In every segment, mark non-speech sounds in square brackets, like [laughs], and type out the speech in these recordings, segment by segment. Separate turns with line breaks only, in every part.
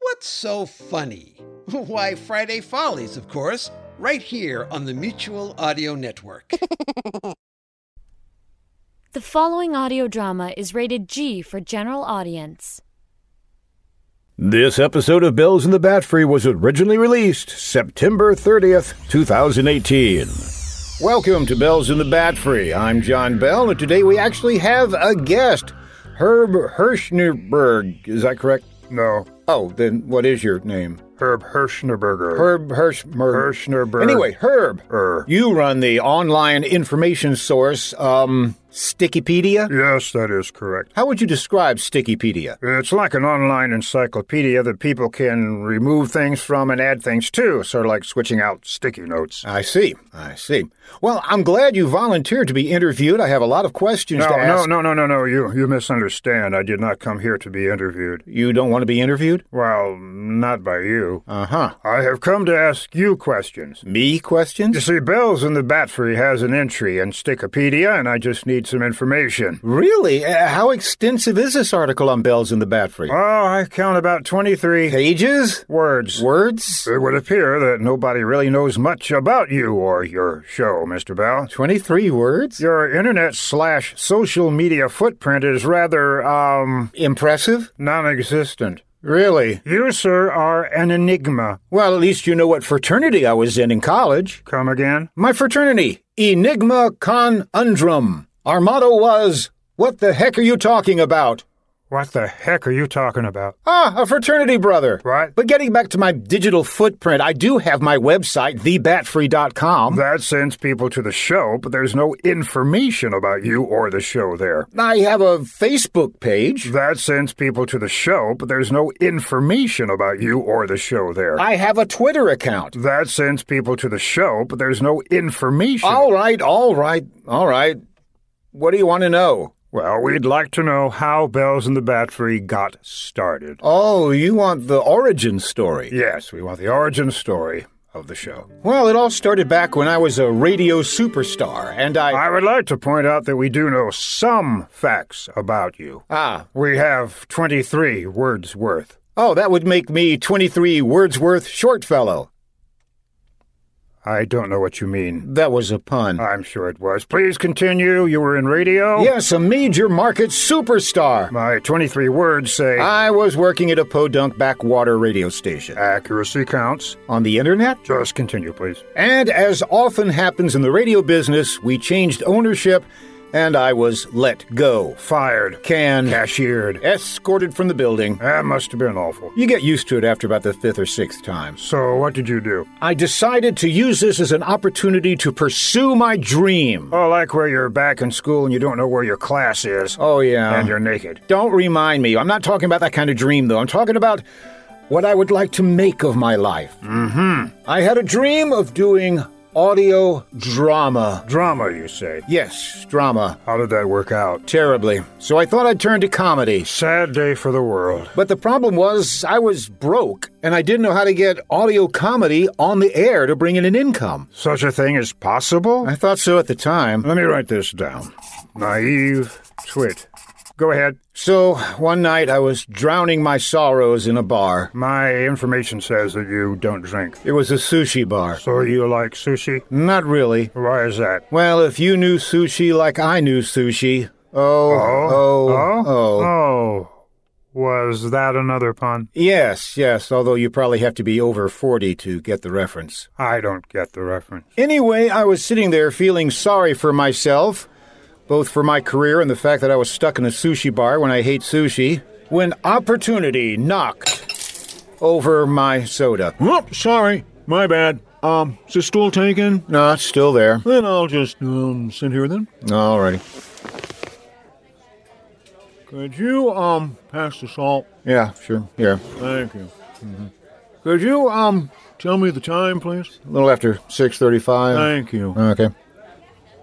What's so funny? [laughs] Why, Friday Follies, of course, right here on the Mutual Audio Network.
The following audio drama is rated G for general audience.
This episode of Bells in the Bat Free was originally released September 30th, 2018. Welcome to Bells in the Bat Free. I'm John Bell, and today we actually have a guest, Herb Hirschnerberg. Is that correct?
No,
Oh, then what is your name?
Herb Hirschnerberger.
Herb Hirschmer.
Hirschnerberg.
Anyway, Herb,
Er.
you run the online information source, um, Stickypedia.
Yes, that is correct.
How would you describe Stickypedia?
It's like an online encyclopedia that people can remove things from and add things to, sort of like switching out sticky notes.
I see. I see. Well, I'm glad you volunteered to be interviewed. I have a lot of questions
No,
to
no,
ask.
no, no, no, no. You you misunderstand. I did not come here to be interviewed.
You don't want to be interviewed?
Well, not by you.
Uh huh.
I have come to ask you questions.
Me questions?
You see, Bells in the Bat Free has an entry in Stickopedia, and I just need some information.
really? Uh, how extensive is this article on bells in the bat free?
Oh, I count about 23
Pages?
words.
Words?
It would appear that nobody really knows much about you or your show, Mr. Bell.
23 words?
Your internet slash social media footprint is rather, um,
Impressive?
non existent.
Really?
You, sir, are an enigma.
Well, at least you know what fraternity I was in in college.
Come again?
My fraternity, Enigma Conundrum. Our motto was, What the heck are you talking about?
What the heck are you talking about?
Ah, a fraternity brother.
Right.
But getting back to my digital footprint, I do have my website, thebatfree.com.
That sends people to the show, but there's no information about you or the show there.
I have a Facebook page.
That sends people to the show, but there's no information about you or the show there.
I have a Twitter account.
That sends people to the show, but there's no information.
All right, all right, all right. What do you want to know?
Well, we'd like to know how Bells in the Bat Free got started.
Oh, you want the origin story?
Yes, we want the origin story of the show.
Well, it all started back when I was a radio superstar, and I.
I would like to point out that we do know some facts about you.
Ah.
We have 23 words worth.
Oh, that would make me 23 Wordsworth Shortfellow.
I don't know what you mean.
That was a pun.
I'm sure it was. Please continue. You were in radio?
Yes, a major market superstar.
My 23 words say
I was working at a podunk backwater radio station.
Uh, accuracy counts.
On the internet?
Just continue, please.
And as often happens in the radio business, we changed ownership and I was let go.
Fired.
Canned,
Cashiered.
escorted from the building.
That must have been awful.
You get used to it after about the fifth or sixth times.
So, what did you do?
I decided to use this as an opportunity to pursue my dream.
Oh, like where you're back in school and you don't know where your class is.
Oh, yeah.
and you're naked.
Don't remind me. I'm not talking about that kind of dream, though. I'm talking about what I would like to make of my life. Mm
Mm-hmm.
hmm. I had a dream of doing audio drama.
Drama, you say.
Yes, drama.
How did that work out?
Terribly. So I thought I'd turn to comedy.
Sad day for the world.
But the problem was, I was broke, and I didn't know how to get audio comedy on the air to bring in an income.
Such a thing is possible?
I thought so at the time.
Let me write this down. Naive twit. Go ahead.
So one night I was drowning my sorrows in a bar.
My information says that you don't drink.
It was a sushi bar.
So you like sushi?
Not really.
Why is that?
Well, if you knew sushi like I knew sushi, oh, oh,
Oh?
oh,
Oh. Was that another pun?
Yes, yes, although you probably have to be over 40 to get the reference.
I don't get the reference.
Anyway, I was sitting there feeling sorry for myself, both for my career and the fact that I was stuck in a sushi bar when I hate sushi, when opportunity knocked over my soda.
Oh, sorry. My bad. Um, is the stool taken?
No, it's still there.
Then I'll just, um, sit here then.
Alrighty.
Could you, um, pass the salt?
Yeah, sure. Here.
Thank you. Could you, um, tell me the time, please?
A little after 6.35.
Thank you.
Okay.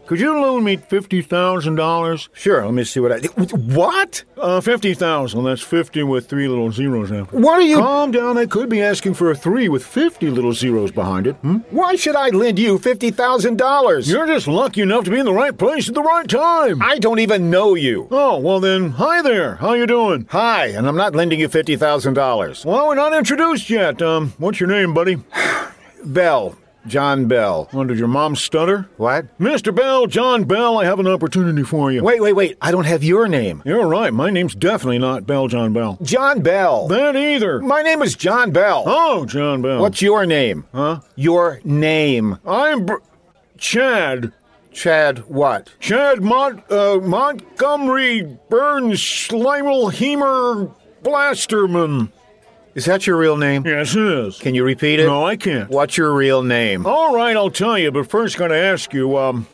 Could you loan me $50,000?
Sure, let me see what I... What?
Uh, 50,000. That's 50 with three little zeros after. it.
What are you...
Calm down. I could be asking for a three with 50 little zeros behind it. Hmm?
Why should I lend you $50,000?
You're just lucky enough to be in the right place at the right time.
I don't even know you.
Oh, well then, hi there. How you doing?
Hi, and I'm not lending you $50,000.
Well, we're not introduced yet. Um, what's your name,
[laughs]
buddy?
Bell. John Bell.
Oh, did your mom stutter?
What?
Mr. Bell, John Bell, I have an opportunity for you.
Wait, wait, wait. I don't have your name.
You're right. My name's definitely not Bell, John Bell.
John Bell.
That either.
My name is John Bell.
Oh, John Bell.
What's your name? Huh? Your name.
I'm Br- Chad.
Chad what?
Chad Mont uh, Montgomery Burns Schleimel Hemer Blasterman.
Is that your real name?
Yes, it is.
Can you repeat it?
No, I can't.
What's your real name?
All right, I'll tell you, but first, gotta ask you, um,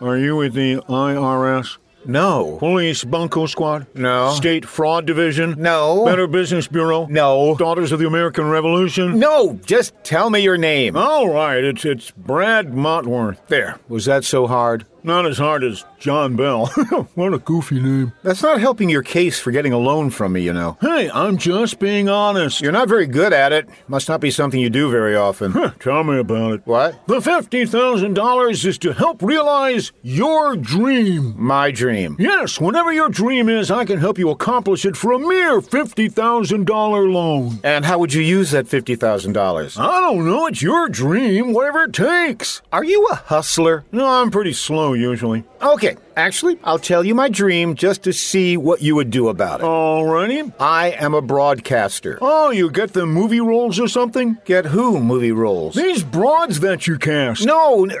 are you with the IRS?
No.
Police Bunko Squad?
No.
State Fraud Division?
No.
Better Business Bureau?
No.
Daughters of the American Revolution?
No, just tell me your name.
All right, it's it's Brad Motworth.
There. Was that so hard?
Not as hard as John Bell. [laughs] what a goofy name.
That's not helping your case for getting a loan from me, you know.
Hey, I'm just being honest.
You're not very good at it. Must not be something you do very often.
Huh, Tell me about it.
what?
The $50,000 is to help realize your dream.
My dream.
Yes, whatever your dream is, I can help you accomplish it for a mere $50,000 loan.
And how would you use that $50,000?
I don't know, it's your dream, whatever it takes.
Are you a hustler?
No, I'm pretty slow usually.
Okay, actually, I'll tell you my dream just to see what you would do about it.
Oh. Alrighty.
I am a broadcaster.
Oh, you get the movie roles or something?
Get who movie roles?
These broads that you cast.
No. n-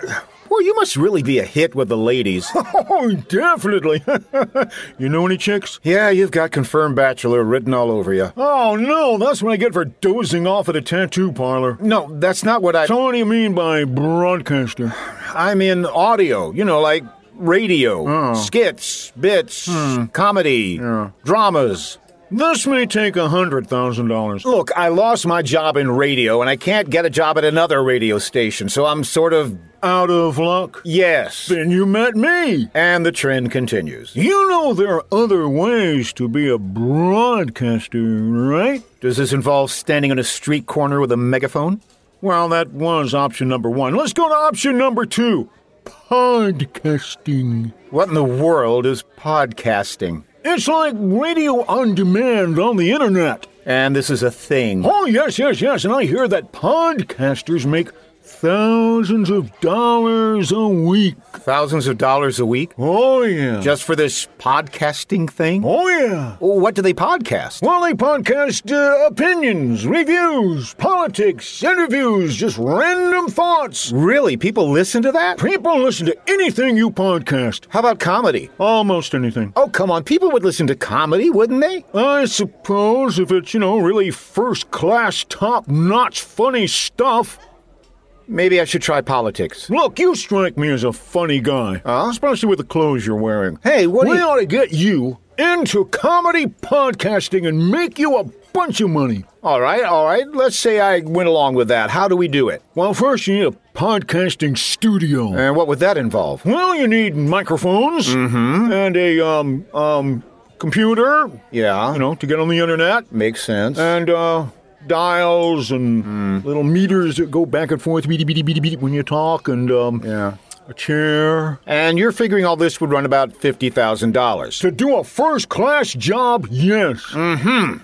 Boy, you must really be a hit with the ladies.
[laughs] Oh, definitely. [laughs] you know any chicks?
[laughs] yeah, you've got confirmed bachelor written all over you.
Oh, no, that's what I get for dozing off at a tattoo parlor.
No, that's not what I.
So, what do you mean by broadcaster?
I'm in audio, you know, like radio,
Oh.
skits, bits,
Hmm.
comedy, dramas.
This may take a hundred thousand dollars.
Look, I lost my job in radio and I can't get a job at another radio station, so I'm sort of.
Out of luck?
Yes.
Then you met me.
And the trend continues.
You know there are other ways to be a broadcaster, right?
Does this involve standing on a street corner with a megaphone?
Well, that was option number one. Let's go to option number two podcasting.
What in the world is podcasting?
It's like radio on demand on the internet.
And this is a thing.
Oh, yes, yes, yes. And I hear that podcasters make thousands of dollars a week.
Thousands of dollars a week?
Oh, yeah.
Just for this podcasting thing?
oh, yeah.
What do they podcast?
Well, they podcast uh, opinions, reviews, politics, interviews, just random thoughts.
Really? People listen to that?
People listen to anything you podcast.
How about comedy?
Almost anything.
Oh, come on. People would listen to comedy, wouldn't they?
I suppose if it's, you know, really first class, top notch, funny stuff.
Maybe I should try politics.
Look, you strike me as a funny guy.
Huh?
Especially with the clothes you're wearing.
Hey, what do
we
you-
ought to get you into comedy podcasting and make you a bunch of money.
All right, all right. Let's say I went along with that. How do we do it?
Well, first you need a podcasting studio.
And what would that involve? Hmm?
well, you need microphones
Mm-hmm.
and a um um computer,
Yeah,
you know, to get on the internet.
makes sense.
and uh, dials and
Hmm.
little meters that go back and forth, beep, beep, beep, beep, when you talk, and um,
yeah.
a chair.
And you're figuring all this would run about $50,000. How
To do a first class job, yes.
Hmm.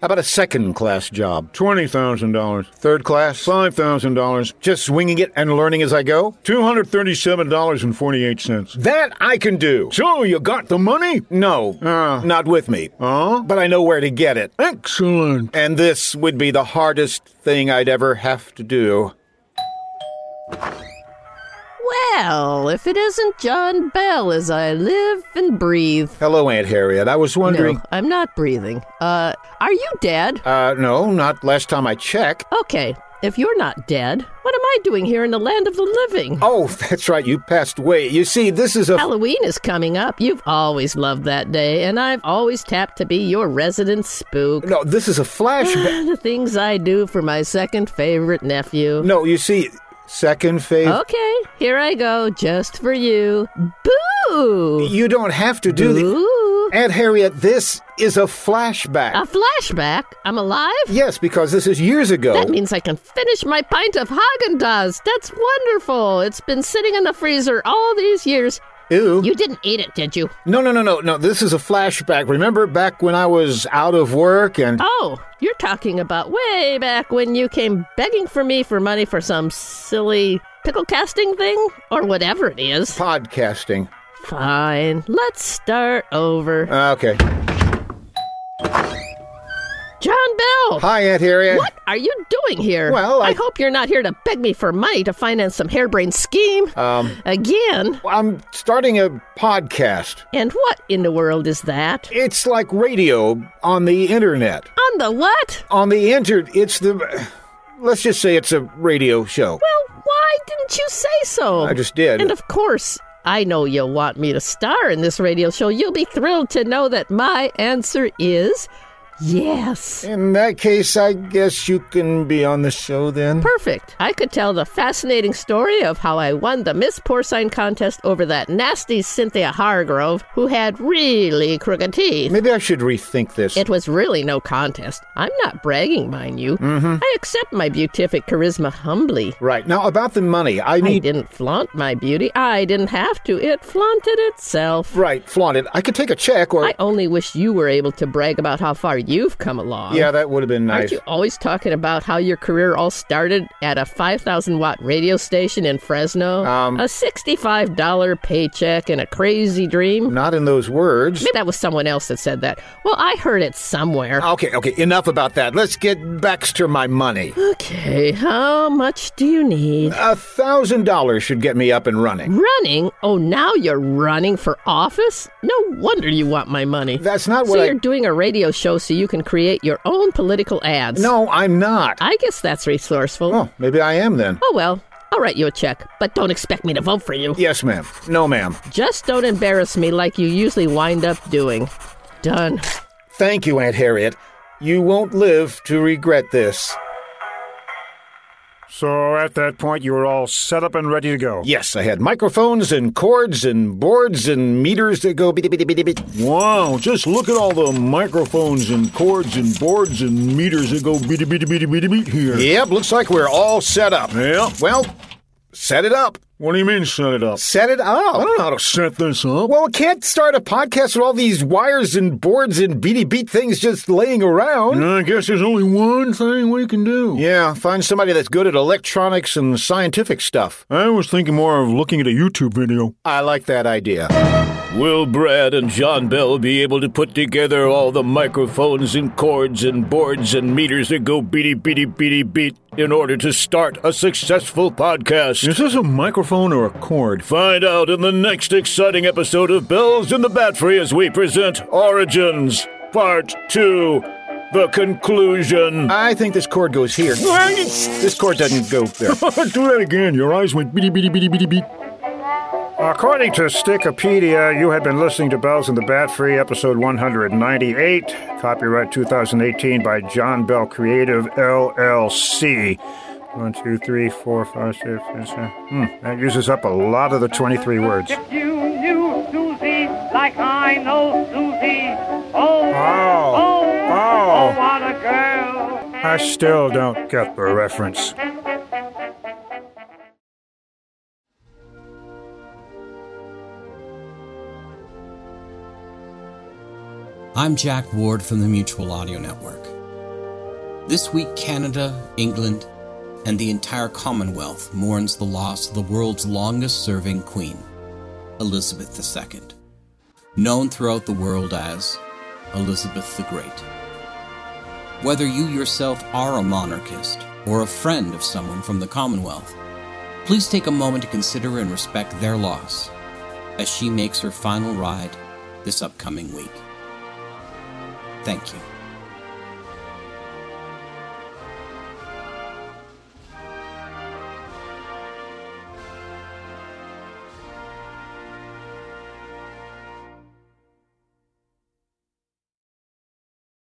about a second class job?
$20,000.
Third class?
$5,000.
Just swinging it and learning as I go?
$237.48.
That I can do.
So you got the money? Ah?
No,
Uh.
not with me.
Huh?
But I know where to get it.
Excellent.
And this would be the hardest thing I'd ever have to do.
Well, if it isn't John Bell as I live and breathe.
Hello, Aunt Harriet. I was wondering.
No, I'm not breathing. Uh, are you dead?
Uh, no, not last time I checked.
Okay, If you're not dead, what am I doing here in the land of the living?
Oh, [laughs] that's right. You passed away. You see, this is a.
Halloween is coming up. You've always loved that day, and I've always tapped to be your resident spook. Ah,
No, this is a
[gasps]
flashback.
the things I do for my second favorite nephew.
no, you see, second phase.
Okay, here I go, just for you. Boo!
You don't have to do the.
Oh. Boo!
Aunt Harriet, this is a flashback.
A flashback? I'm alive?
yes, because this is years ago.
That means I can finish my pint of Haagen-Dazs. That's wonderful. It's been sitting in the freezer all these years.
Ew.
You didn't eat it, did you?
no, no, no, no, no. This is a flashback. Remember back when I was out of work and.
Oh, you're talking about way back when you came begging for me for money for some silly pickle casting thing or whatever it is.
Podcasting.
Fine, let's start over.
Uh, okay.
John Bell,
Hi, Aunt Harriet.
what are you doing here?
Well, I-
hope you're not here to beg me for money to finance some harebrained scheme
Um,
again.
I'm starting a podcast.
And what in the world is that?
It's like radio on the internet.
On the what?
On the inter, it's the. Let's just say it's a radio show.
Well, why didn't you say so?
I just did.
And of course, I know you'll want me to star in this radio show. You'll be thrilled to know that my answer is yes.
In that case, I guess you can be on the show then.
Perfect. I could tell the fascinating story of how I won the Miss Porcine contest over that nasty Cynthia Hargrove who had really crooked teeth.
Maybe I should rethink this.
It was really no contest. I'm not bragging, mind you.
Mm-hmm.
I accept my beatific charisma humbly.
right. Now, about the money, I
I
need.
didn't flaunt my beauty. I didn't have to. It flaunted itself.
Right, flaunt it. I could take a check or.
I uh-huh. only wish you were able to brag about how far you've come along.
yeah, that would have been
Aren't
nice.
you always talking about how your career all started at a 5,000 watt radio station in Fresno?
Um,
a $65 paycheck and a crazy dream?
Not in those words.
Maybe that was someone else that said that. Well, I heard it somewhere.
Okay, okay, enough about that. Let's get back to my money.
Okay, how much do you need?
A thousand dollars should get me up and running.
Running? Oh, now you're running for office? No wonder you want my money.
That's not what
so
I.
you're doing a radio show so you can create your own political ads.
No, I'm not.
I guess that's resourceful.
Oh, maybe I am then.
Oh well, I'll write you a check, but don't expect me to vote for you.
Yes, ma'am. No, ma'am.
Just don't embarrass me like you usually wind up doing. Done.
Thank you, Aunt Harriet. You won't live to regret this.
So at that point, you were all set up and ready to go.
Yes, I had microphones and cords and boards and meters that go bitty bitty bitty bitty.
Wow, just look at all the microphones and cords and boards and meters that go beady beady beady beady beat here.
Yep, looks like we're all set up.
Yep.
Well, set it up.
What do you mean set it up?
Set it up. I don't know how to.
Set this up?
Well, I can't start a podcast with all these wires and boards and beady beat things just laying around.
I guess there's only one thing we can do.
Yeah, find somebody that's good at electronics and scientific stuff.
I was thinking more of looking at a YouTube video.
I like that idea.
Will Brad and John Bell be able to put together all the microphones and cords and boards and meters that go beady beady beady beat in order to start a successful podcast?
Is this a microphone or a cord?
Find out in the next exciting episode of Bells in the Bat Free as we present Origins Part 2 The Conclusion.
I think this cord goes here. This cord doesn't go there.
[laughs] Do that again. Your eyes went bitty bitty bitty bitty beat.
According to Stickopedia, you have been listening to Bells in the Bat Free, episode 198, copyright 2018 by John Bell Creative LLC. One, two, three, four, five, six, seven, seven. Hmm, that uses up a lot of the 23 words.
If you knew Susie like I know Susie, oh,
Oh,
oh,
oh.
oh, what a girl.
I still don't get the reference.
I'm Jack Ward from the Mutual Audio Network. This week, Canada, England, and the entire Commonwealth mourns the loss of the world's longest serving Queen, Elizabeth II, known throughout the world as Elizabeth the Great. Whether you yourself are a monarchist or a friend of someone from the Commonwealth, please take a moment to consider and respect their loss as she makes her final ride this upcoming week. Thank you.